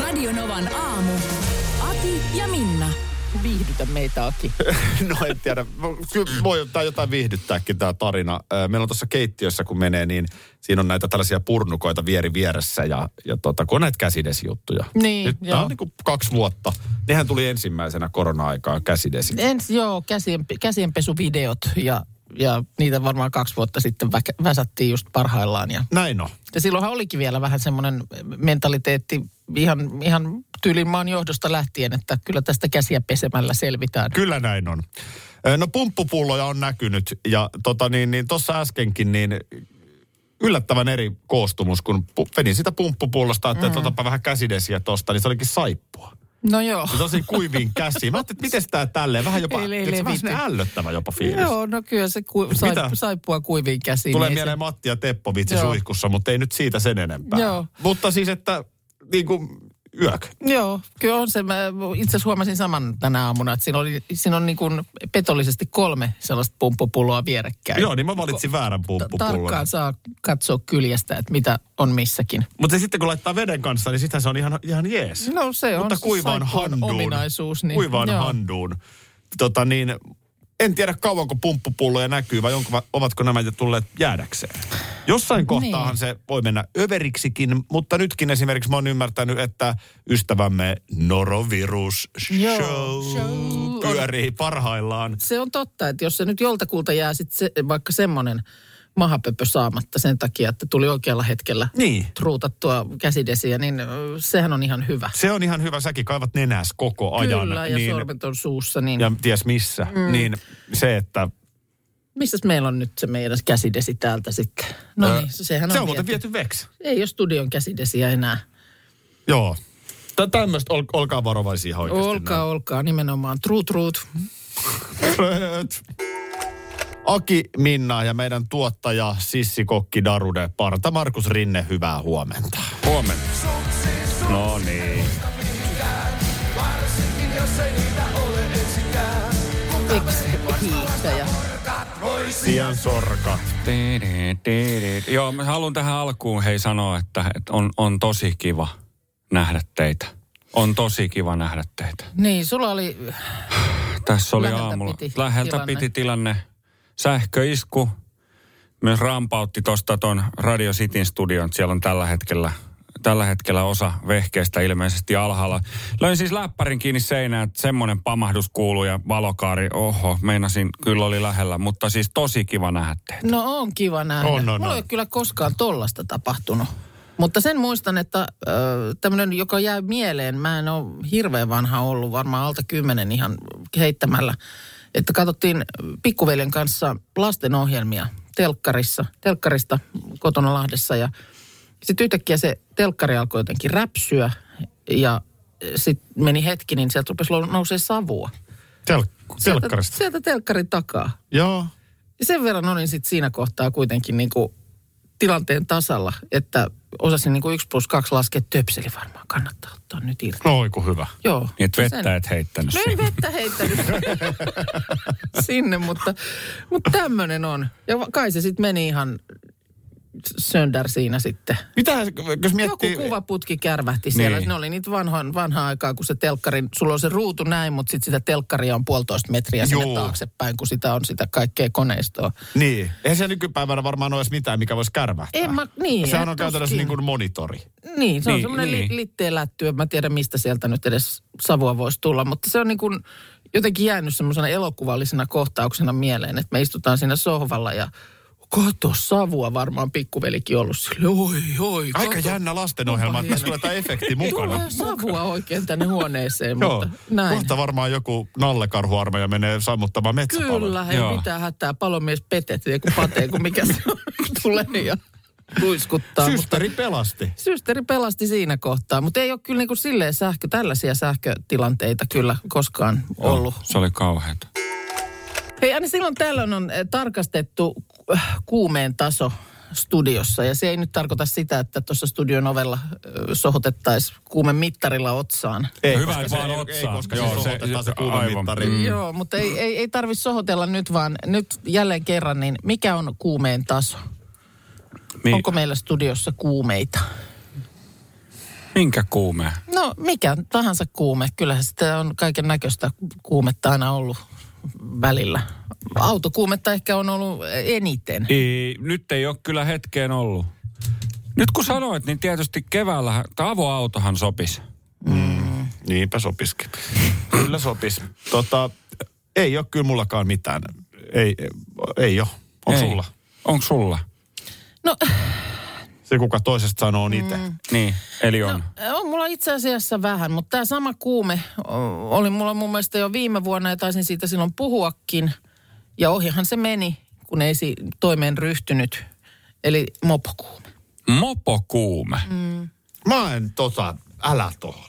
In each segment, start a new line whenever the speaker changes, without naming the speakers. Radionovan aamu. Ati ja Minna. Viihdytä meitä, Aki.
No en tiedä. Kyllä voi ottaa jotain viihdyttääkin tämä tarina. Ö, Meillä on tuossa keittiössä, kun menee, niin siinä on näitä tällaisia purnukoita vieri vieressä ja, ja tota, kun on näitä käsidesijuttuja.
Niin,
Nyt tää
joo.
on niin kuin kaksi vuotta. Nehän tuli ensimmäisenä korona-aikaan käsidesi.
Ensi, joo, käsien, käsienpesuvideot ja, ja niitä varmaan kaksi vuotta sitten väkä, väsättiin just parhaillaan. Ja,
Näin on.
ja silloinhan olikin vielä vähän semmoinen mentaliteetti ihan, ihan tyylin maan johdosta lähtien, että kyllä tästä käsiä pesemällä selvitään.
Kyllä näin on. Ö, No pumppupulloja on näkynyt ja tota niin, niin tuossa äskenkin niin yllättävän eri koostumus, kun pu- vedin sitä pumppupullosta, että mm. otapa vähän käsidesiä tosta, niin se olikin saippua.
No joo.
Se tosi kuiviin käsiin. Mä ajattelin, että miten tää tälleen, vähän jopa,
Ei, ei,
tiedätkö, vähän
levity.
sinne ällöttävä jopa fiilis.
Joo, no kyllä se ku, sai,
Mitä?
saippua kuiviin käsiin.
Tulee
niin
mieleen Matti ja Teppo vitsi
Joo.
suihkussa, mutta ei nyt siitä sen enempää.
Joo.
Mutta siis, että niin kuin yök.
Se, joo, kyllä on se. Mä itse asiassa huomasin saman tänä aamuna, että siinä, oli, siinä on niin kuin petollisesti kolme sellaista pumppupulloa vierekkäin.
Joo, niin mä valitsin väärän pumppupullon.
tarkkaan saa katsoa kyljestä, että mitä on missäkin.
Mutta sitten kun laittaa veden kanssa, niin sitähän se on ihan, ihan jees.
No se on
Mutta
se
kuivaan
saippuan
handuun.
ominaisuus, niin-
kuivaan
joo.
handuun. Tota niin, en tiedä kauanko pumppupulloja näkyy vai onko, ovatko nämä jo tulleet jäädäkseen. Jossain kohtaahan
Niin.
se voi mennä överiksikin, mutta nytkin esimerkiksi mä oon ymmärtänyt, että ystävämme norovirus
Joo,
show,
show.
pyörii parhaillaan.
Se on totta, että jos se nyt joltakulta jää sit se, vaikka semmoinen mahapöpö saamatta sen takia, että tuli oikealla hetkellä
Niin.
truutattua käsidesiä, niin ö, sehän on ihan hyvä.
Se on ihan hyvä, säkin kaivat nenäs koko ajan.
Kyllä, ja
niin,
sormet on suussa, niin
ja ties missä. Mm. Niin se, että
missäs meillä on nyt se meidän käsidesi täältä sitten? No niin, se- sehän on,
se on muuten viety veksi.
Ei ole studion käsidesiä enää.
Joo. Tämmöistä, ol, olkaa varovaisia ihan oikeasti.
Olkaa, olkaa, nimenomaan true truth.
Fröt. Aki, Minna ja meidän tuottaja Sissikokki Darude Parta Markus Rinne, hyvää huomenta. Huomenta. No niin.
Hiihtäjä.
Sian sorkat.
Tiidi, tiidi. Joo, mä haluan tähän alkuun hei sanoa, että, että on, on tosi kiva nähdä teitä. On tosi kiva nähdä teitä.
Niin, sulla oli
Tässä oli
Läheltä
aamulla.
piti
Läheltä
tilanne.
piti tilanne. Sähköisku. Myös rampautti tuosta ton Radio Cityn studion. Siellä on tällä hetkellä, tällä hetkellä osa vehkeestä ilmeisesti alhaalla. Löin siis läppärin kiinni seinään, että semmoinen pamahdus kuuluu ja valokaari. Oho, meinasin, kyllä oli lähellä, mutta siis tosi kiva nähdä teitä. Niin,
No on kiva nähdä.
On, on,
Mulla
on.
ei ole kyllä koskaan tollasta tapahtunut. Mutta sen muistan, että äh, tämmöinen, joka jää mieleen, mä en ole hirveän vanha ollut, varmaan alta kymmenen ihan heittämällä, että katsottiin pikkuveljen kanssa lastenohjelmia telkkarissa, telkkarista kotona Lahdessa ja sitten yhtäkkiä se telkkari alkoi jotenkin räpsyä ja sitten meni hetki, niin sieltä rupesi nousee savua.
Telk-
Sieltä,
telkkarista.
sieltä telkkarin takaa.
Joo.
Ja sen verran olin sitten siinä kohtaa kuitenkin niinku tilanteen tasalla, että osasin niinku 1 plus 2 laskea töpseli varmaan kannattaa ottaa nyt irti.
No oiku hyvä.
Joo.
Niin, että
Ja
vettä et heittänyt
No en
siihen.
vettä heittänyt sinne, mutta, mutta tämmöinen on. Ja va- kai se sitten meni ihan söndär siinä sitten.
Mitä, jos miettii...
Joku kuvaputki kärvähti siellä.
Niin.
Ne oli niitä vanhan, vanhaa aikaa, kun se telkkari, sulla on se ruutu näin, mutta sitten sitä telkkaria on puolitoista metriä sinne
Juu.
taaksepäin, kun sitä on sitä kaikkea koneistoa.
Niin. Eihän se nykypäivänä varmaan ole edes mitään, mikä voisi kärvähtää.
En mä, niin.
Sehän on
tuskin.
käytännössä niin kuin monitori.
Niin, se on
Niin,
niin, semmoinen
niin.
niin. litteen lätty. En mä tiedä, mistä sieltä nyt edes savua voisi tulla, mutta se on niin kuin jotenkin jäänyt semmoisena elokuvallisena kohtauksena mieleen, että me istutaan siinä sohvalla ja kato savua varmaan pikkuvelikin ollut sille. Oi, oi,
Aika
kato.
jännä lastenohjelma, että tässä tulee tämä efekti mukana.
Tulee savua oikein tänne huoneeseen,
Joo.
mutta näin.
Kohta varmaan joku nallekarhuarmeija menee sammuttamaan metsäpalon.
Kyllä, ei
Joo.
mitään hätää. Palomies petet, joku patee, kun mikä se on, tulee. niin Ja... luiskuttaa. mutta
Systeri pelasti.
systeri pelasti siinä kohtaa, mutta ei ole kyllä niin kuin silleen sähkö, tällaisia sähkötilanteita kyllä koskaan ollut.
Se oli kauheata.
Hei, aina silloin tällöin on eh, tarkastettu äh, kuumeen taso studiossa. Ja se ei nyt tarkoita sitä, että tuossa studion ovella eh, sohotettaisiin kuumen mittarilla otsaan.
Hyvä,
koska
että vaan
ei-
otsaa.
Ei, koska siis
Joo,
Joo,
se-
se, otetaan se
se- aivan.
kuumemittari.
Mm.
Mm.
Joo, mutta ei, ei, ei tarvitse sohotella nyt, vaan nyt jälleen kerran, niin mikä on kuumeen taso?
Mi-
Onko meillä studiossa kuumeita?
Minkä kuumea?
No mikä tahansa kuume. Kyllähän sitä on kaiken näköistä kuumetta aina ollut välillä. Autokuumetta ehkä on ollut eniten.
Ei, nyt ei ole kyllä hetkeen ollut. Nyt kun sanoit, niin tietysti keväällä avoautohan sopisi.
Niinpä sopiskin. kyllä sopis. Tota, ei ole kyllä mullakaan mitään. Ei, ei ole. On
Ei.
sulla.
Onko sulla?
No
Se, kuka toisesta sanoo, on itse. Mm.
Niin, eli on.
On mulla itse asiassa vähän, mutta tämä sama kuume o- oli mulla mun mielestä jo viime vuonna ja taisin siitä silloin puhuakin. Ja ohihan se meni, kun ei si- toimeen ryhtynyt. Eli mopokuume.
Mopokuume. Mm.
Mä en tota, älä toholla.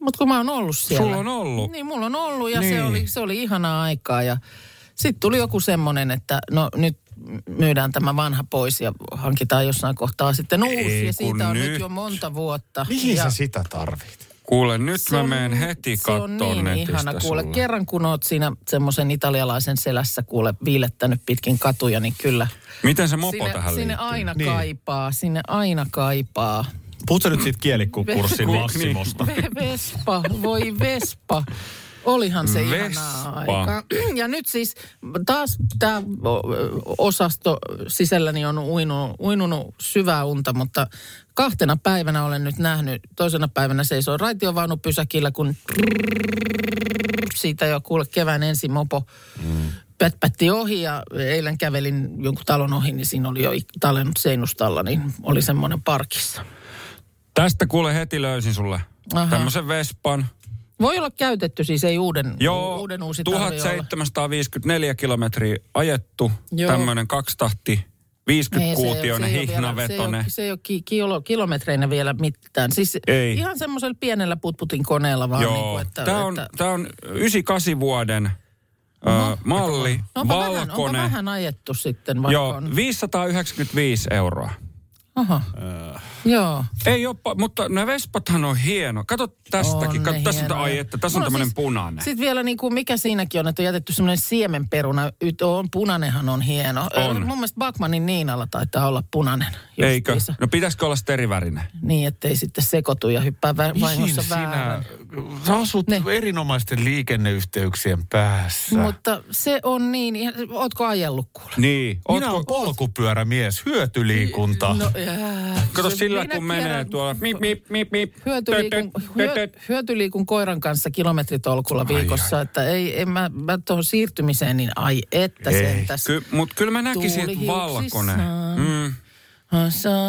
Mutta kun mä oon ollut siellä.
Sulla on ollut.
Niin, mulla on ollut ja niin. se,
Niin.
oli, se oli ihanaa aikaa. Ja sitten tuli joku semmoinen, että no nyt myydään tämä vanha pois ja hankitaan jossain kohtaa sitten uusi.
Ei
ja
kun
siitä on nyt
nyt.
jo monta vuotta.
Mihin
ja
sä sitä tarvit?
Kuule, nyt
Se
mä
on- niin-
menen heti
Se
kattoon
on niin
netistä
ihana kuule.
sulle.
Kerran kun oot siinä semmoisen italialaisen selässä kuule viilettänyt pitkin katuja, niin kyllä.
Miten se mopo
sinne,
tähän
sinne
liittyy?
aina
Niin.
niin. kaipaa, sinne aina kaipaa.
Puhutko nyt siitä kielikurssin
Niin.
Massimosta?
Ve- Vespa, voi Vespa. Olihan se
Vespa.
ihanaa aika. Ja nyt siis taas tämä osasto sisälläni on uinunut, uinunut syvää unta, mutta kahtena päivänä olen nyt nähnyt, toisena päivänä seisoo raitiovaunupysäkillä, kun siitä jo kuule kevään ensi mopo pätpätti ohi ja eilen kävelin jonkun talon ohi, niin siinä oli jo ik- talon seinustalla, niin oli semmoinen parkissa.
Tästä kuule heti löysin sulle
Aha.
tämmöisen Vespan.
Voi olla käytetty siis, ei uuden,
Joo,
uuden uusi tarvi olla.
1754 kilometriä ajettu.
Joo.
Tämmöinen kakstahti,
Ei, se ei ole- se ei ole
50-kuutioinen,
vielä-
hihnavetone.
Se ei ole, se ei ole ki- kilo, kilometreinä vielä mitään. Siis
Ei.
ei. ihan semmoisella pienellä putputin koneella vaan. Niin
Joo,
kuin, että,
tämä on,
että,
tää on 98 vuoden no. ö, malli,
No onpa vähän, onpa
valkoinen.
vähän ajettu sitten, vaikka
Joo,
on.
595 euroa.
Aha. Joo.
Ei ole, mutta nämä Vespathan on hieno. Kato tästäkin,
ne
kato, tässä on,
hienoja.
ai, että, tässä on
Mulla
tämmöinen siis, punainen.
Sitten vielä niin kuin mikä siinäkin on, että on jätetty semmoinen siemenperuna. Yt, on, punainenhan on hieno.
On.
Ö, Mun mielestä Bakmanin Niinalla taitaa olla punainen.
Eikö?
justiinsa.
No pitäisikö olla sterivärinen?
Niin, ettei sitten sekoitu ja hyppää vä- vahingossa väärään.
Sä asut
Ne.
erinomaisten liikenneyhteyksien päässä.
Mutta se on niin, ihan- ootko ajellut kuule?
Niin.
Minä olen polkupyörämies, hyötyliikunta.
No, jää.
Kato
Se
sillä,
minä
kun menee
tiedän.
tuolla. Mip, mip, mip, mip.
Hyötyliikun,
Tötöt,
hyö,
tötöt.
hyötyliikun koiran kanssa kilometritolkulla viikossa, että ei, en mä, mä tuohon siirtymiseen, niin ai että
Ei,
sentäs.
Ky, mut kyllä mä näkisin, että
Tuulihiuksissaan.
valkoinen. Mm.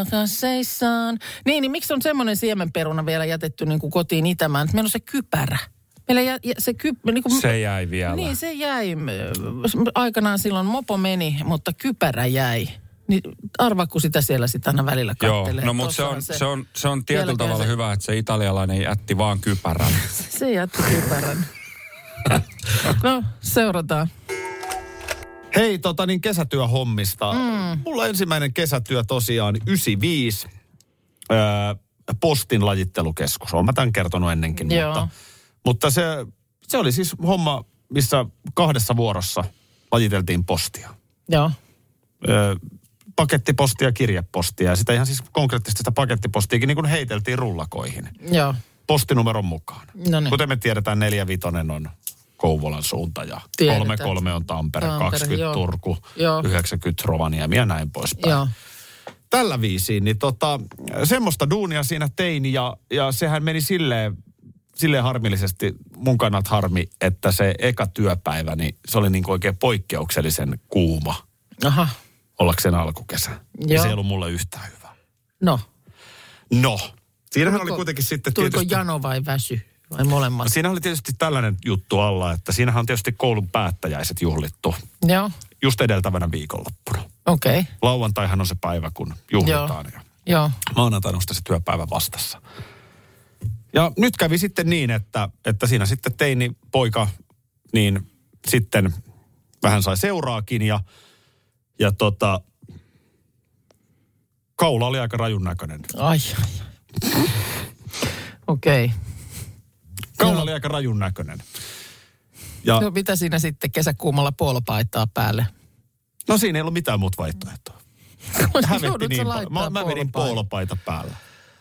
Sakaseissaan. Niin, niin miksi on semmoinen siemenperuna vielä jätetty niin kuin kotiin itämään? Että meillä on se kypärä. Meillä jä, jä- se, kyp, niin kuin,
Se jäi vielä.
Niin, se jäi. m, Aikanaan silloin mopo meni, mutta kypärä jäi. Niin arva, kun sitä siellä sitten aina välillä
Joo,
kattelee.
no mutta se
Tossahan
on, se, on, se on tietyllä
Vieläkään
tavalla
se-
hyvä, että se italialainen jätti vaan kypärän.
Se jätti kypärän. no, seurataan.
Hei, tota niin kesätyöhommista. Mm. Mulla ensimmäinen kesätyö tosiaan 95. Öö, postin lajittelukeskus. Olen mä tämän kertonut ennenkin.
Joo.
Mutta, mutta se, se oli siis homma, missä kahdessa vuorossa lajiteltiin postia.
Joo.
Öö, pakettipostia, kirjepostia. Ja sitä ihan siis konkreettisesti sitä pakettipostiakin niin kuin heiteltiin rullakoihin.
Joo.
Postinumeron mukaan.
No niin.
Kuten me tiedetään, 45 on Kouvolan suunta ja
Tiedetään.
33 on Tampere,
Tampere,
20
joo.
Turku,
Joo.
90 Rovaniemi ja näin poispäin.
Joo.
Tällä viisiin, niin tota, semmoista duunia siinä tein ja, ja sehän meni silleen, silleen harmillisesti, mun kannat harmi, että se eka työpäivä, niin se oli niin kuin oikein poikkeuksellisen kuuma
Aha.
ollakseen alkukesä. Ja
Joo.
se ei ollut mulle yhtään hyvä.
No.
No, siinähän oli
Tuliko-
kuitenkin sitten
Tuliko
tietysti...
jano vai väsy? Vai molemmat?
Siinä oli tietysti tällainen juttu alla, että siinähän on tietysti koulun päättäjäiset juhlittu
Joo.
just edeltävänä viikonloppuna.
Okei, okay.
Lauantaihan on se päivä, kun juhlitaan.
Joo.
Ja
joo.
maanantaina on sitten se työpäivä vastassa. Ja nyt kävi sitten niin, että, että siinä sitten teini poika niin sitten vähän sai seuraakin ja, ja tota, kaula oli aika rajun näköinen.
Ai, ai, ai. Okei. Okay.
Kaula oli aika rajun näköinen.
No.
Ja,
no mitä siinä sitten kesäkuumalla puolopaitaa päälle?
no siinä ei ollut mitään muuta vaihtoehtoa. hävetti
Joudut sä
niin paljon.
laittaa
Mä, mä vedin
puolopaitaa?
poolopaita päällä.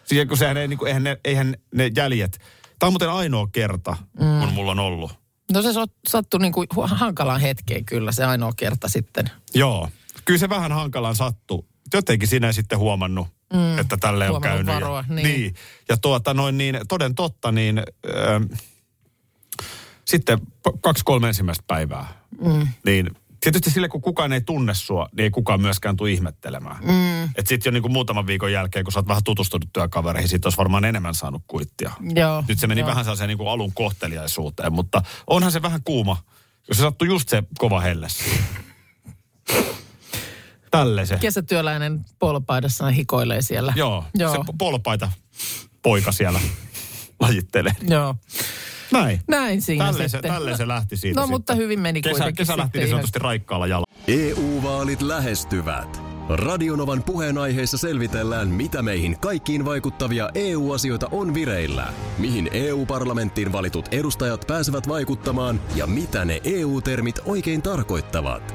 Siis kun sehän ei, niinku, eihän, ne, eihän ne jäljet... Tämä on muuten ainoa kerta, mm. kun mulla on ollut.
No se sot- sattui niin kuin hankalaan hetkeen kyllä se ainoa kerta sitten.
Joo. Kyllä se vähän hankalaan sattuu. Jotenkin sinä ei sitten huomannut, mm. että tälle on
Huomannut
käynyt.
varoa,
ja,
niin.
niin. Ja tuota noin niin, toden totta, niin ähm, sitten p- kaksi kolme ensimmäistä päivää. Mm. Niin tietysti sille, kun kukaan ei tunne sua, niin ei kukaan myöskään tule ihmettelemään. Mm. Että sitten jo niin kuin muutaman viikon jälkeen, kun sä oot vähän tutustunut työkavereihin, siitä olisi varmaan enemmän saanut kuittia.
Joo.
Nyt se meni
joo.
vähän sellaiseen niin kuin alun kohteliaisuuteen, mutta onhan se vähän kuuma, jos se sattuu just se kova helles. Tälle se.
Kesätyöläinen puolopaidassa hikoilee siellä.
Joo, Joo,
Joo.
se polpaita poika siellä lajittelee.
Joo.
Näin.
Näin No, siinä
Tälle se,
sitten.
tälle se lähti siitä
No,
sitten.
mutta hyvin meni
Kesä,
kuitenkin
kesä lähti
sitten
niin
ihan-
sanotusti raikkaalla jalalla.
EU-vaalit E lähestyvät. Radionovan puheenaiheessa selvitellään, mitä meihin kaikkiin vaikuttavia EU-asioita on vireillä, mihin EU-parlamenttiin valitut edustajat pääsevät vaikuttamaan ja mitä ne EU-termit oikein tarkoittavat.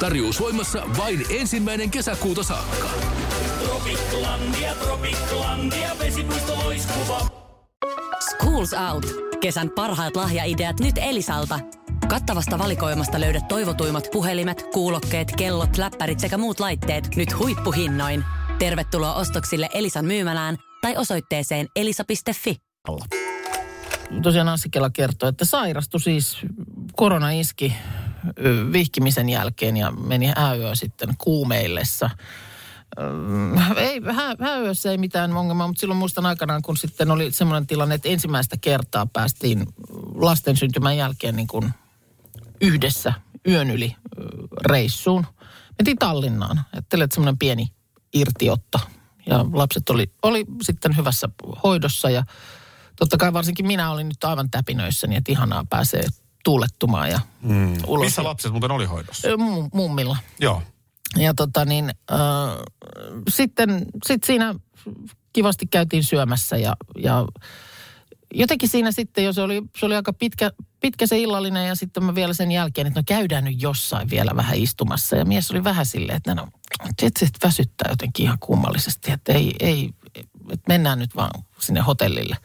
Tarjous voimassa vain ensimmäinen kesäkuuta saakka.
Schools Out. Kesän parhaat lahjaideat nyt Elisalta. Kattavasta valikoimasta löydät toivotuimmat puhelimet, kuulokkeet, kellot, läppärit sekä muut laitteet nyt huippuhinnoin. Tervetuloa ostoksille Elisan myymälään tai osoitteeseen elisa.fi.
Tosiaan Anssi Kela kertoi, että sairastui siis, korona iski ö, vihkimisen jälkeen ja meni häyöön sitten kuumeillessa. Öm, Ei, hä, häyössä ei mitään ongelmaa, mutta silloin muistan aikanaan, kun sitten oli semmoinen tilanne, että ensimmäistä kertaa päästiin lasten syntymän jälkeen niin kuin yhdessä yön yli ö, reissuun. Mentiin Tallinnaan. Ajattelin, että semmoinen pieni irtiotto. Ja lapset oli, oli sitten hyvässä hoidossa ja totta kai varsinkin minä olin nyt aivan täpinöissäni, että ihanaa pääsee tuulettumaan ja mm. ulos.
Missä lapset muuten oli hoidossa?
Ö, mum- Mummilla.
Joo.
Ja tota niin, äh, sitten sit siinä kivasti käytiin syömässä ja, ja jotenkin siinä sitten, jos oli, se oli aika pitkä, pitkä se illallinen ja sitten mä vielä sen jälkeen, että no käydään nyt jossain vielä vähän istumassa. Ja mies oli vähän silleen, että no, tietysti väsyttää jotenkin ihan kummallisesti, että ei, ei, että mennään nyt vaan sinne hotellille.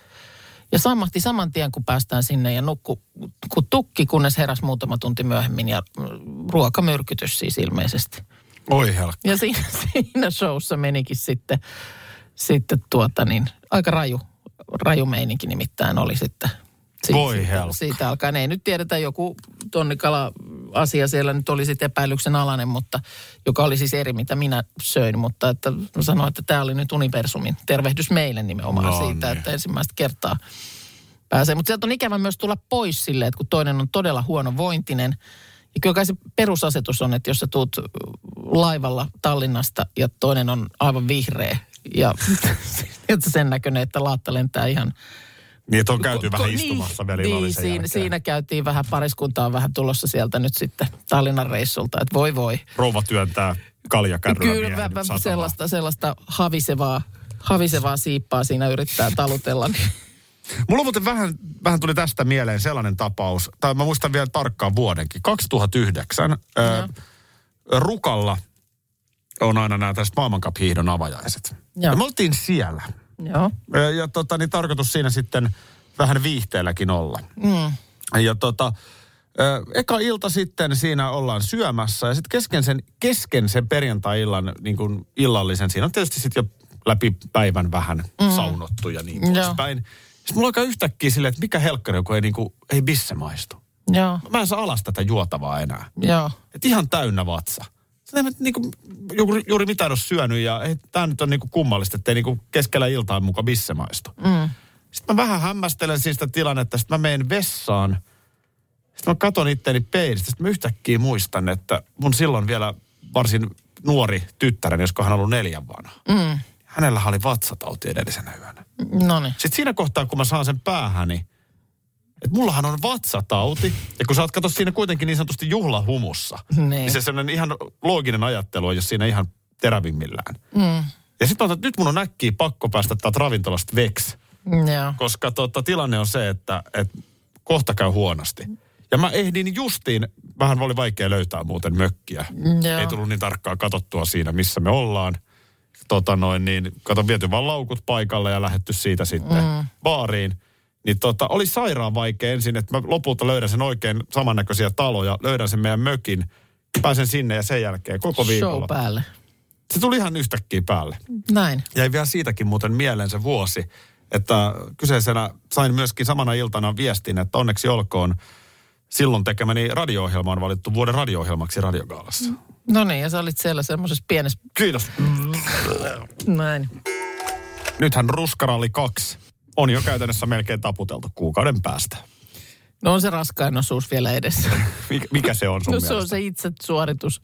Ja sammahti saman tien, kun päästään sinne ja nukku kun tukki, kunnes heräs muutama tunti myöhemmin ja mm, ruokamyrkytys siis ilmeisesti.
Oi helkka.
Ja siinä, siinä showssa menikin sitten, sitten tuota niin, aika raju, raju meininki nimittäin oli sitten. Si-
Voi
siitä,
helkka.
siitä alkaen. Ei nyt tiedetä, joku tonnikala-asia siellä nyt oli sitten epäilyksen alainen, mutta joka oli siis eri, mitä minä söin. Mutta että sanoin, että tämä oli nyt Universumin tervehdys meille nimenomaan
No
no, siitä,
niin.
niin. että ensimmäistä kertaa pääsee. Mutta sieltä on ikävä myös tulla pois silleen, että kun toinen on todella huono vointinen. Ja kyllä kai se perusasetus on, että jos sä tuut laivalla Tallinnasta ja toinen on aivan vihreä ja että sen näköinen, että laatta lentää ihan...
Niin, että on käyty vähän
Niin,
istumassa vielä
niin,
illallisen
siinä,
jälkeen.
siinä käytiin vähän, pariskuntaa on vähän tulossa sieltä nyt sitten Tallinnan reissulta, että voi voi.
Rouva työntää kaljakärryä
Kyllä
miehen
mä- mä
satamaan.
sellaista, sellaista havisevaa, havisevaa siippaa siinä yrittää talutella. niin-
Mulla muuten vähän, vähän tuli tästä mieleen sellainen tapaus, tai mä muistan vielä tarkkaan vuodenkin, 2009. Ö, Rukalla on aina nämä tästä maailmankaphiihdon avajaiset.
Joo.
Ja me oltiin siellä.
Joo.
Ö, Ja tota, niin tarkoitus siinä sitten vähän viihteelläkin olla. Mm. Ja tota, ö, eka ilta sitten siinä ollaan syömässä ja sitten kesken sen, kesken sen perjantai-illan niin kuin illallisen, siinä on tietysti sitten jo läpi päivän vähän mm. saunottu ja niin
Joo.
poispäin. Sitten mulla alkaa yhtäkkiä silleen, että mikä helkkari, kun ei, niinku, ei bisse maistu.
Joo,
Mä en saa alas tätä juotavaa enää.
joo.
Et ihan täynnä vatsa. Sä näet, niin kuin, juuri, juuri mitä en ole syönyt ja tämä nyt on niin kuin kummallista, ettei niin kuin keskellä iltaa muka bisse maistu. Mm. Sitten mä vähän hämmästelen siis sitä tilannetta, sitten mä menen vessaan. Sitten mä katon itteeni peilistä, sitten mä yhtäkkiä muistan, että mun silloin vielä varsin nuori tyttäreni, josko hän ollut neljän vanha. Mm. Hänellä oli vatsatauti edellisenä yönä.
No niin.
Sitten siinä kohtaa, kun mä saan sen päähäni, että mullahan on vatsatauti, ja kun sä oot kato siinä kuitenkin niin sanotusti juhlahumussa,
Niin.
niin, niin se sellainen ihan looginen ajattelu on, jos siinä ihan terävimmillään.
Mm.
Ja sitten että nyt mun on äkkiä pakko päästä täältä ravintolasta veksi,
Joo.
koska tota, tilanne on se, että, että kohta käy huonosti. Ja mä ehdin justiin, vähän oli vaikea löytää muuten mökkiä.
Mm, Joo.
Ei tullut niin tarkkaa katsottua siinä, missä me ollaan. Tota noin, niin kato viety vaan laukut paikalle ja lähetty siitä sitten mm. baariin. Niin tota, oli sairaan vaikea ensin, että mä lopulta löydän sen oikein samannäköisiä taloja, löydän sen meidän mökin, pääsen sinne ja sen jälkeen koko
Show
viikolla.
päälle.
Se tuli ihan yhtäkkiä päälle
Näin.
jäi vielä siitäkin muuten mieleen se vuosi, että kyseisenä sain myöskin samana iltana viestin, että onneksi olkoon silloin tekemäni radio-ohjelma on valittu vuoden radio-ohjelmaksi radiogaalassa.
No niin, ja sä olit siellä semmoisessa pienessä...
Kiitos.
Näin.
Nythän Ruskaralli 2 on jo käytännössä melkein taputeltu kuukauden päästä.
No on se raskain osuus vielä edessä.
Mik- Mikä se on sun
No
mielestä?
se on se itse suoritus.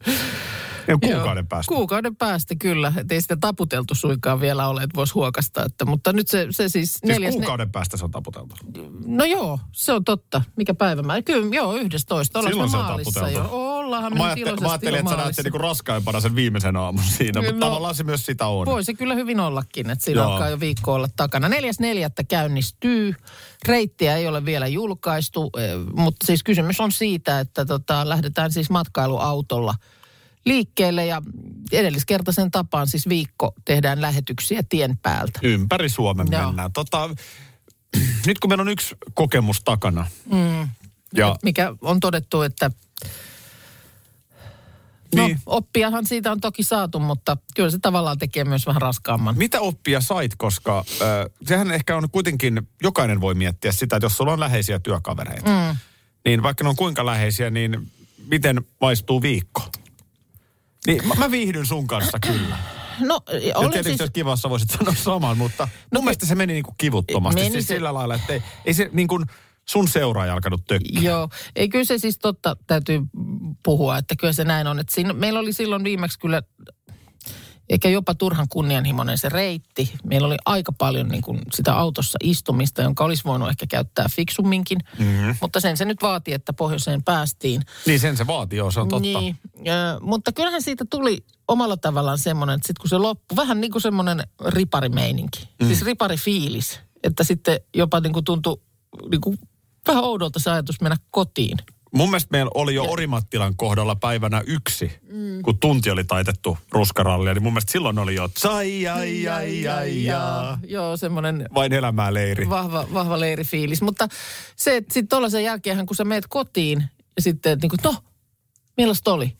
Niin, Kuukauden
Joo.
päästä.
Kuukauden päästä, kyllä. Et ei sitä taputeltu suinkaan vielä ole, että voisi huokastaa. Että, mutta nyt se, se siis...
siis
neljäs,
kuukauden päästä se on taputeltu.
No joo, se on totta. Mikä päivä mä? Kyllä, joo, 11. Ollaan me
Silloin se on
maalissa
taputeltu.
jo. Ollaanhan me
Mä,
nyt iloisesti
ajattelin,
jo
mä ajattelin, että sä näet
maalissa.
sen niinku raskaimpana sen viimeisen aamun siinä, mutta
No.
tavallaan se myös sitä on.
Voi se kyllä hyvin ollakin, että siinä
Joo.
alkaa jo viikko olla takana. 4.4. käynnistyy. Reittiä ei ole vielä julkaistu, eh, mutta siis kysymys on siitä, että tota, lähdetään siis matkailuautolla liikkeelle ja edelliskertaisen tapaan siis viikko tehdään lähetyksiä tien päältä.
Ympäri Suomen
Joo.
Joo. mennään. Tota, nyt kun meillä on yksi kokemus takana. Mm. Ja
Mikä on todettu, että no,
Niin.
oppiahan siitä on toki saatu, mutta kyllä se tavallaan tekee myös vähän raskaamman.
mitä oppia sait, koska äh, sehän ehkä on kuitenkin, jokainen voi miettiä sitä, että jos sulla on läheisiä työkavereita, mm. niin vaikka ne on kuinka läheisiä, niin miten maistuu viikko? Niin, mä, mä viihdyn sun kanssa kyllä.
No,
Ja
olen
tietysti siis...
siis...
jos kiva, jos sä voisit sanoa saman, mutta no, mun mielestä se meni niinku kivuttomasti.
meni
Meni siis
se-
se... sillä lailla, että ei, ei se niin kuin sun seuraaja alkanut tökkiä.
Joo, ei kyllä se siis totta täytyy puhua, että kyllä se näin on. Että siinä, meillä oli silloin viimeksi kyllä, eikä jopa turhan kunnianhimoinen se reitti. Meillä oli aika paljon niin kuin sitä autossa istumista, jonka olisi voinut ehkä käyttää fiksumminkin. Mm-hmm. Mutta sen se nyt vaatii, että pohjoiseen päästiin.
Niin sen se vaatii, joo, se on totta.
Niin, ö, mutta kyllähän siitä tuli omalla tavallaan semmoinen, että sitten kun se loppui, vähän niin kuin semmoinen riparimeininki. Mm. Siis riparifiilis, että sitten jopa niin kuin tuntui niin kuin vähän oudolta se ajatus mennä kotiin.
Mun mielestä meillä oli jo Orimattilan kohdalla päivänä yksi, mm. kun tunti oli taitettu ruskarallia, niin mun mielestä silloin oli jo tsai, ai, ai, ai, ai,
Joo, semmoinen
vain elämää leiri.
vahva, vahva leirifiilis. Mutta se, että sitten tuollaisen jälkeenhän, kun sä meet kotiin ja sitten, että niin kuin, no, millaista oli?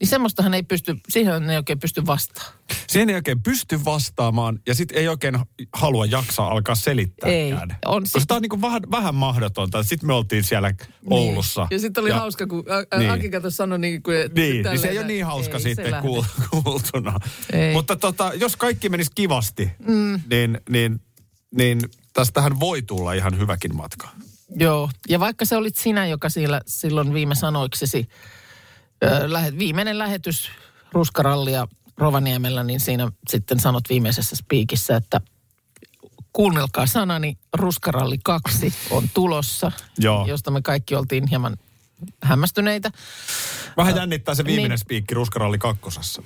Niin semmoistahan ei pysty, siihen ei oikein pysty vastaan.
Siihen ei oikein pysty vastaamaan ja sitten ei oikein halua jaksaa alkaa selittääkään.
Ei, on
Koska
sit-
sitä on niin vähän, vähän mahdotonta. Sitten me oltiin siellä Oulussa.
Niin. Ja sitten oli ja, hauska, kun A- niin.
Niin.
Aki kato sanoi niin kuin... että
Niin, niin se
tälleen
ei ole
näin.
niin hauska
Ei
ei,
se
sitten
lähde.
kuul, kuultuna.
Ei.
Mutta tota, jos kaikki menisi kivasti, mm. niin, niin, niin tästähän voi tulla ihan hyväkin matka.
Joo, ja vaikka se olit sinä, joka siellä silloin viime sanoiksesi, ö, lähe, viimeinen lähetys Ruskarallia Rovaniemellä, niin siinä sitten sanot viimeisessä spiikissä, että kuunnelkaa sanani, Ruskaralli 2 on tulossa,
Joo.
josta me kaikki oltiin hieman hämmästyneitä.
Vähän jännittää se viimeinen
Niin.
niin. spiikki Ruskaralli kakkosessa.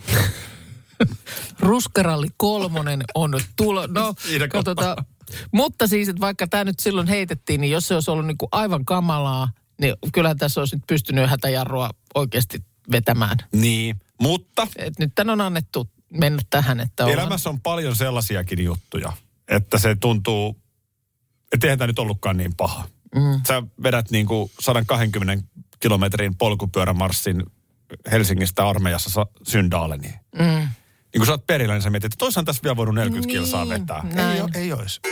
Ruskaralli kolmonen on tulo. No,
Siinä kohtaa.
katsotaan. Mutta siis, että vaikka tämä nyt silloin heitettiin, niin jos se olisi ollut niinku aivan kamalaa, niin kyllähän tässä olisi nyt pystynyt hätäjarrua oikeasti vetämään.
Niin. Mutta
Et nyt tän on annettu mennä tähän, että ollaan-
elämässä on paljon sellaisiakin juttuja, että se tuntuu, että eihän tämä nyt ollutkaan niin paha. Mm. Sä vedät niin kuin 120 kilometrin polkupyörämarssin Helsingistä armeijassa sa- Syndaaleniin. Mm. niin kun sä oot perillä, niin sä mietit, että toisaan tässä vielä voinut 40 niin,
Niin,
kilsaa vetää. Ei,
näin.
oo- ei ois.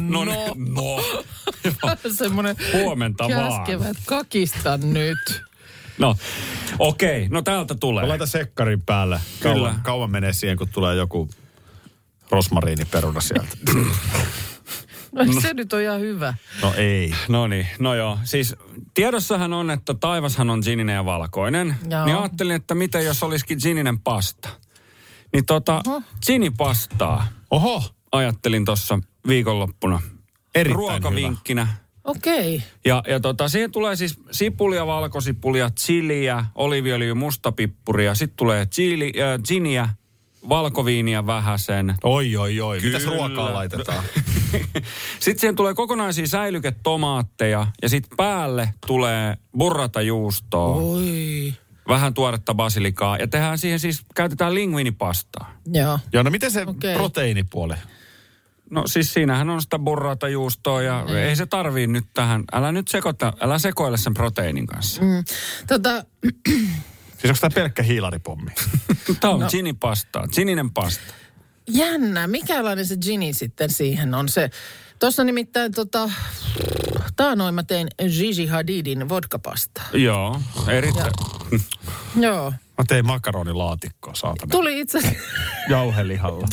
No, no. no.
Semmoinen
Huomenta vaan.
käskevä, että kakista nyt.
no. okei. Okay. No täältä tulee.
Mä laitan sekkarin päälle. Kauan,
Kyllä.
kauan menee siihen, kun tulee joku rosmariiniperuna sieltä.
No, no. se nyt on ihan hyvä.
No ei.
No niin, no joo. Siis tiedossahan on, että taivashan on sininen ja valkoinen. Joo.
Joo.
Niin ajattelin, että mitä jos olisikin sininen pasta. Niin tota, sinipastaa
Oho,
ajattelin tuossa viikonloppuna.
Erittäin
Ruokavinkkinä. Hyvä.
Okei. Okay.
Ja, ja tota, siihen tulee siis sipulia, valkosipulia, chiliä, oliiviöljyä, mustapippuria. Sitten tulee chili, äh, giniä, valkoviiniä vähäsen.
oi oi oi. Mitäs
Kyllä.
ruokaa laitetaan?
Sitten siihen tulee kokonaisia säilyketomaatteja ja sitten päälle tulee burrata juustoa.
Oi.
vähän tuoretta basilikaa ja tehdään siihen siis, käytetään linguinipastaa.
Joo.
Joo, no miten se okay.
Okei.
proteiinipuoli?
No siis siinähän on sitä burraata juustoa ja mm. ei se tarvii nyt tähän, älä nyt sekoita, älä sekoile sen proteiinin kanssa. Mm.
Tota,
Siis onko tämä pelkkä hiilaripommi?
Tämä on no. chinipastaa, chininen pasta.
jännä. Mikälainen se gini sitten siihen on se? Tuossa nimittäin tota, taanoin mä tein Gigi Hadidin vodkapasta.
Joo, erittäin.
Joo.
Mä tein makaronilaatikkoa, saatana.
Tuli itse,
Jauhelihalla.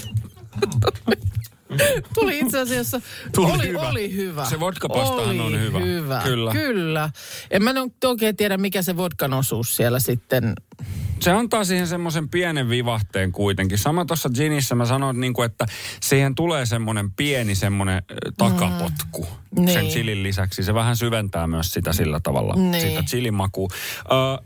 tuli itse asiassa,
Tuli
oli,
hyvä.
oli hyvä.
Se vodkapastahan
Oli
on hyvä.
hyvä.
Kyllä.
Kyllä. Kyllä. En mä nyt oikein tiedä, mikä se vodkan osuus siellä sitten.
Se antaa siihen semmoisen pienen vivahteen kuitenkin. Sama tuossa ginissä mä sanoin, niin kuin, että siihen tulee semmoinen pieni semmoinen ö, takapotku mm.
Niin.
sen chilin lisäksi. Se vähän syventää myös sitä sillä tavalla, niin.
Niin.
sitä chilin makua. Ö,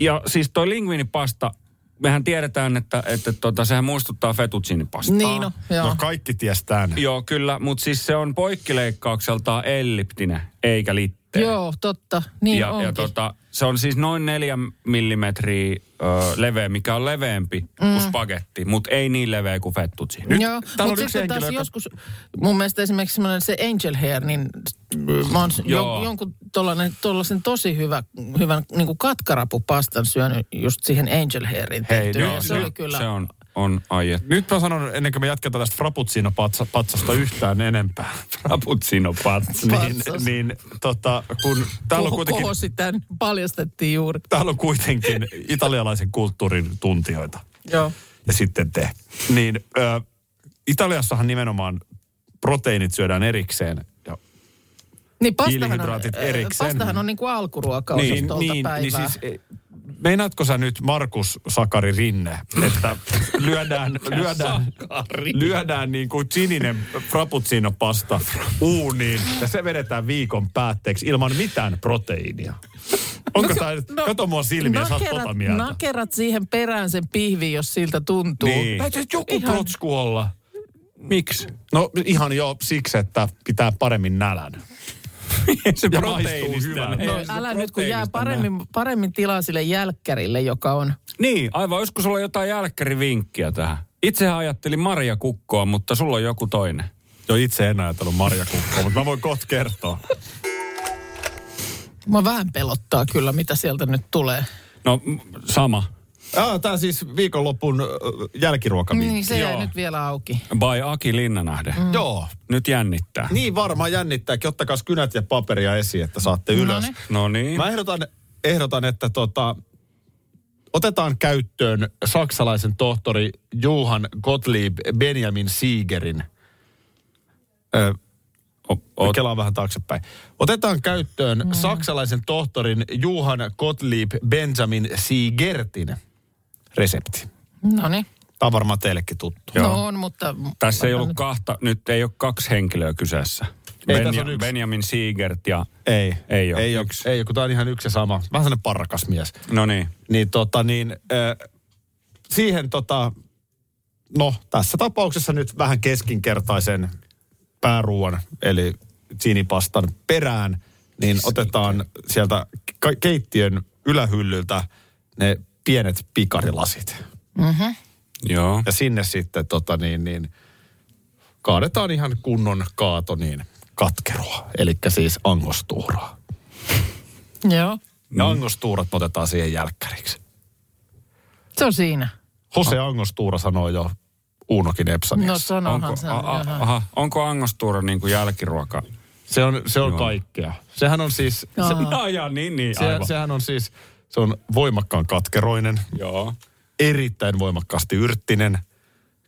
ja siis toi linguinipasta, mehän tiedetään, että, että tota, sehän muistuttaa fettuccinipastaa.
Niin, no, joo.
No kaikki ties tämän.
Joo, kyllä, mutta siis se on poikkileikkaukseltaan elliptinen, eikä litteä.
Joo, totta. Niin
ja,
onkin.
ja tota, se on siis noin neljä millimetriä ö, leveä, mikä on leveämpi mm. kuin spagetti, mutta ei niin leveä kuin fettuccine.
Joo,
täällä on
mutta
yksi
sitten
henkilö,
taas
joka-
joskus, mun mielestä esimerkiksi semmoinen se angel hair, niin
Mm,
mä oon
Joo.
jo, jonkun tollainen, tollaisen tosi hyvä, hyvän niin kuin katkarapupastan syönyt just siihen angel hairin
Hei,
tehtyyn.
joo,
Ja
se,
se oli kyllä.
se on, on aiettu.
Nyt mä sanon, ennen kuin me jatketaan tästä frappuccino-patsasta yhtään enempää.
Frappuccino patsi.
niin,
Patsas.
niin tota, kun täällä on kuitenkin,
Kohosi tän, paljastettiin juuri.
täällä on kuitenkin italialaisen kulttuurin tuntijoita.
Joo.
Ja sitten te. Niin ö, Italiassahan nimenomaan proteiinit syödään erikseen. Ja,
Niin pastahan on,
Hiilihydraatit
äh,
erikseen.
pastahan on niin kuin alkuruokaosastolta
niin, niin,
päivää.
niin siis, e, meinaatko sä nyt Markus Sakari Rinne, että lyödään, lyödään, lyödään niin kuin sininen frappuccino pasta uuniin ja se vedetään viikon päätteeksi ilman mitään proteiinia? Onko no, tämä, no, kato mua silmiä, sä oot tota mieltä.
nakerat siihen perään sen pihviin, jos siltä tuntuu.
Niin.
Täytyy joku ihan. protsku olla.
Miksi?
No ihan jo siksi, että pitää paremmin nälän.
se
Ja
proteiinista.
maistuu hyvältä.
Ei,
No,
se
älä nyt, kun jää
proteiinista
paremmin, paremmin tilaa sille jälkkärille, joka on
Niin, aivan. Olisiko sulla jotain jälkkärivinkkiä tähän? Itsehän ajattelin Marja Kukkoa, mutta sulla on joku toinen.
Joo, itse en ajatellut marjakukkoa, mutta mä voin kohta kertoa.
Mä vähän pelottaa kyllä, mitä sieltä nyt tulee.
No, m- sama.
Ah, tää siis viikonlopun ö, jälkiruokavinkki.
Niin se
No Joo.
jäi nyt vielä auki.
By Aki Linnanahde. Mm.
Joo.
Nyt jännittää.
Niin varmaan jännittääkin. Ottakaa kynät ja paperia esiin, että saatte ylös.
Noniin.
No niin.
Mä ehdotan, ehdotan että tota, otetaan käyttöön saksalaisen tohtori Johan Gottlieb Benjamin Siegerin. Ö,
O- o-
Kelaan vähän taaksepäin. Otetaan käyttöön mm. saksalaisen tohtorin Johan Gottlieb Benjamin Siegertin resepti.
No niin.
Tämä on varmaan teillekin tuttu.
Joo.
No on, mutta...
Tässä ei ollut kahta, nyt ei ole kaksi henkilöä kyseessä.
Ei,
Benja-
tässä on yksi.
Benjamin Siegert ja...
Ei.
Ei oo.
Ei ole,
Yksi.
ei ole kun tämä on ihan yksi ja sama. Vähän sellainen parrakas mies.
No niin.
Niin tota niin, äh, siihen tota, no tässä tapauksessa nyt vähän keskinkertaisen pääruoan, eli sinipastan perään, niin otetaan sieltä ke- keittiön ylähyllyltä ne pienet pikarilasit.
Joo.
Ja sinne sitten tota niin, niin kaadetaan ihan kunnon kaato niin katkeroa, eli siis angostuuraa.
Joo,
Ja angostuurat me otetaan siihen jälkkäriksi.
se on siinä.
Jose Angostuura sanoi jo Uunokin Epsaniksi.
No sanohan
niin. Onko,
se.
a, a,
jaha.
aha, onko angostuura niin kuin jälkiruoka?
Se on, se on
Joo.
kaikkea. Sehän on siis, se,
Jaa, jaa, niin, niin,
se,
aivan.
sehän on siis, se on voimakkaan katkeroinen,
Joo.
erittäin voimakkaasti yrttinen,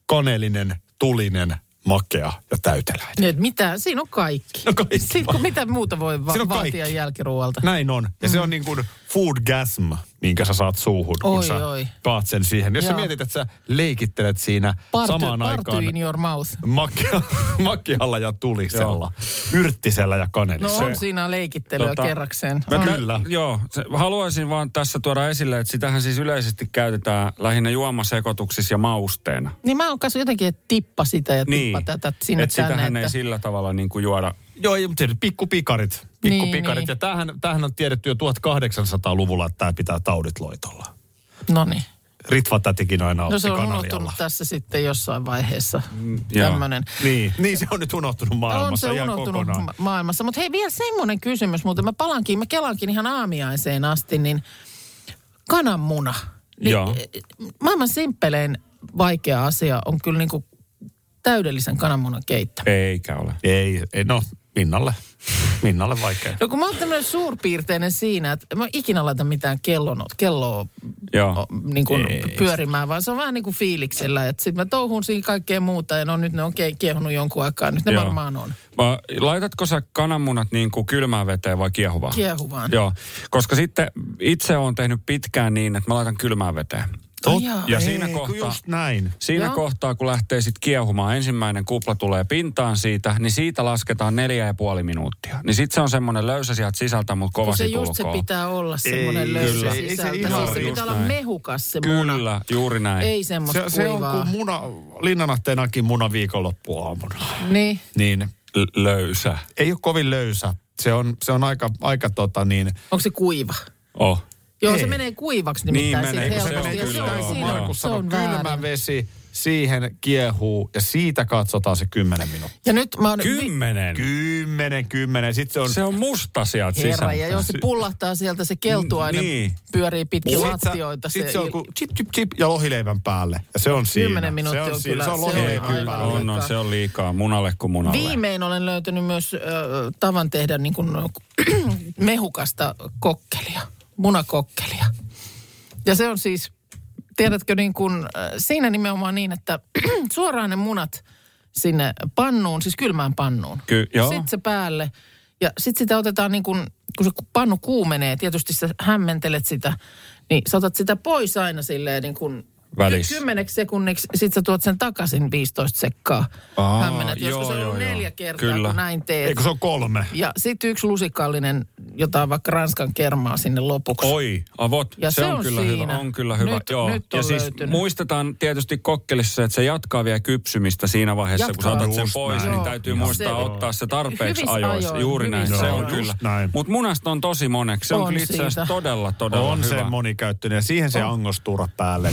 kanelinen, tulinen, makea ja täyteläinen.
Niin, et mitä? Siinä on kaikki.
No kaikki.
Siinä, kun mitä muuta voi va-
Siinä on
vaatia
kaikki.
jälkiruoalta?
Näin on. Ja se on niin kuin foodgasm, minkä sä saat suuhun, kun
Mm. Oi,
sä
oi.
paat sen siihen. Jos sä
Joo.
mietit, että sä leikittelet siinä
Party,
samaan
party
aikaan
in your mouth.
makea, makealla ja tulisella, yrttisellä ja
No
kanelisella.
on siinä leikittelyä
Tota,
kerrakseen.
Mä
On.
tä-
Kyllä.
Joo, se, haluaisin vaan tässä tuoda esille, että sitähän siis yleisesti käytetään lähinnä juomasekotuksissa ja mausteena.
Niin mä oon kanssa jotenkin, että tippa sitä ja tippa
Niin.
tätä sinne
Et sitähän
tänne.
ei sillä tavalla niin kuin juoda.
Joo, ei, mutta pikkupikarit. Pikkupikarit.
niin.
Ja tämähän, tämähän on tiedetty jo 1800-luvulla, että tämä pitää taudit loitolla.
No niin.
Ritva tätikin aina
No
otti
se on
kanarialla.
unohtunut tässä sitten jossain vaiheessa.
joo.
Tämmöinen.
Niin. niin, se on nyt unohtunut
On
Mm, maailmassa
se
ihan
unohtunut
kokonaan.
ma- maailmassa. Mutta hei, vielä semmoinen kysymys muuten. Mä palankin, mä kelankin ihan aamiaiseen asti, niin kananmuna. Niin,
Joo.
eh, Maailman simppelein vaikea asia on kyllä niinku täydellisen kananmunan keittä.
Eikä ole.
Ei, ei, no Minnalle. Minnalle vaikea.
No kun mä oon tämmöinen suurpiirteinen siinä, että mä en ikinä laita mitään kellon, kelloa
Joo.
niin kuin
Ei.
pyörimään, vaan se on vähän niin kuin fiiliksellä. Että sit mä touhun siinä kaikkea muuta ja no nyt ne on ke- kiehunut jonkun aikaa. Nyt ne
Joo.
varmaan on.
Va, laitatko sä kananmunat niin kuin kylmään veteen vai kiehuvaan?
Kiehuvaan.
Joo, koska sitten itse olen tehnyt pitkään niin, että mä laitan kylmään veteen.
Tot- Ai jaa.
ja
Ei,
siinä
kun
kohtaa,
Just näin.
Siinä
Joo.
kohtaa, kun lähtee sitten kiehumaan, ensimmäinen kupla tulee pintaan siitä, niin siitä lasketaan neljä ja puoli minuuttia. Niin sitten se on semmoinen löysä sieltä sisältä, mutta kova
Kun se
sit
just se
ulkoa.
pitää olla semmoinen löysä
kyllä. Ei se
sisältö. Ei se,
ihan
Siis se
just
pitää olla
näin.
mehukas se muna.
Kyllä, juuri näin.
Ei semmoista
Se, se on
kuivaa.
kuin muna, linnanahteenakin muna viikonloppuaamuna.
Niin.
Niin,
L- löysä.
ei ole kovin löysä. Se on, se on aika, aika tota niin,
Onko se kuiva?
Oh.
Joo,
Ei.
se menee kuivaksi
Niin
nimittäin
menee,
siitä
kun se
helposti.
on
Ja
kyllä,
on
joo,
siinä-
joo.
Markus
se on
sanoi, kylmä
väärin.
vesi, siihen kiehuu ja siitä katsotaan se 10 minuuttia.
Ja nyt mä oon...
Kymmenen.
Kymmenen, kymmenen. Sitten se on,
Se on musta sieltä
Herra,
sisältä.
ja jos se pullahtaa sieltä, se keltuainen
Niin.
niin. pyörii pitkin
sit sä-
lattioita.
Sit
se
se on
il-
kuin chip, chip, chip ja lohileivän päälle. Ja se on siinä.
Kymmenen minuuttia
se
on
on, siinä.
kyllä-
Se on
se on
lohileivän
aivan
päälle.
on, on, se on liikaa munalle kuin munalle.
Viimein olen löytänyt myös ö, tavan tehdä niin kuin, mehukasta kokkelia, munakokkelia. Ja se on siis, tiedätkö, niin kuin, ö, siinä nimenomaan niin, että suoraan ne munat sinne pannuun, siis kylmään pannuun.
Ky- joo.
Sitten se päälle. Ja sitten sitä otetaan niin kuin, kun se pannu kuumenee, tietysti sä hämmentelet sitä, niin sä otat sitä pois aina silleen niin kuin
Välissä.
kymmeneksi sekunniksi, sit sä tuot sen takaisin 15 sekkaa.
Aa,
Hämmenet,
joo,
joskus on
joo,
ollut
joo.
neljä kertaa,
Kyllä.
kun näin teet.
Eikö se on kolme?
Ja sitten yksi lusikallinen, jotain vaikka ranskan kermaa sinne lopuksi.
Oi, avot.
Ja
se,
se
on,
on
kyllä
siinä.
hyvä. On kyllä hyvä.
Nyt-
Joo.
nyt on
ja siis
löytynyt.
muistetaan tietysti kokkelissa, että se jatkaa vielä kypsymistä siinä vaiheessa, kun
Jatkaa.
saatat sen
Just
pois,
näin.
niin täytyy
Joo.
muistaa
Se-
ottaa se tarpeeksi
Hyvissä
ajoissa.
ajoin,
Juuri näin,
hyvissä
se on
ajoin.
kyllä.
Just näin.
Mutta munasta on tosi moneksi. Se on,
On
kyllä itse asiassa
siitä.
todella, todella
On
hyvä.
se monikäyttöinen ja siihen se angostuura päälle.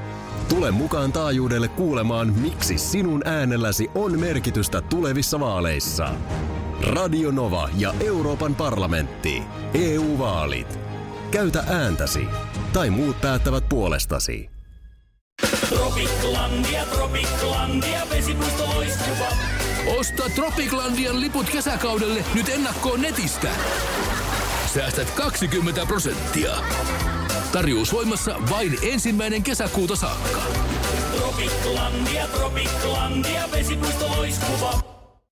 Tule mukaan taajuudelle kuulemaan, miksi sinun äänelläsi on merkitystä tulevissa vaaleissa. Radio Nova ja Euroopan parlamentti. EU-vaalit. Käytä ääntäsi. Tai muut päättävät puolestasi.
Osta Tropiklandian liput kesäkaudelle nyt ennakkoon netistä. Säästät 20 prosenttia. Tarjous voimassa vain ensimmäinen kesäkuuta saakka. Tropiklandia, Tropiklandia, vesipuisto loiskuva.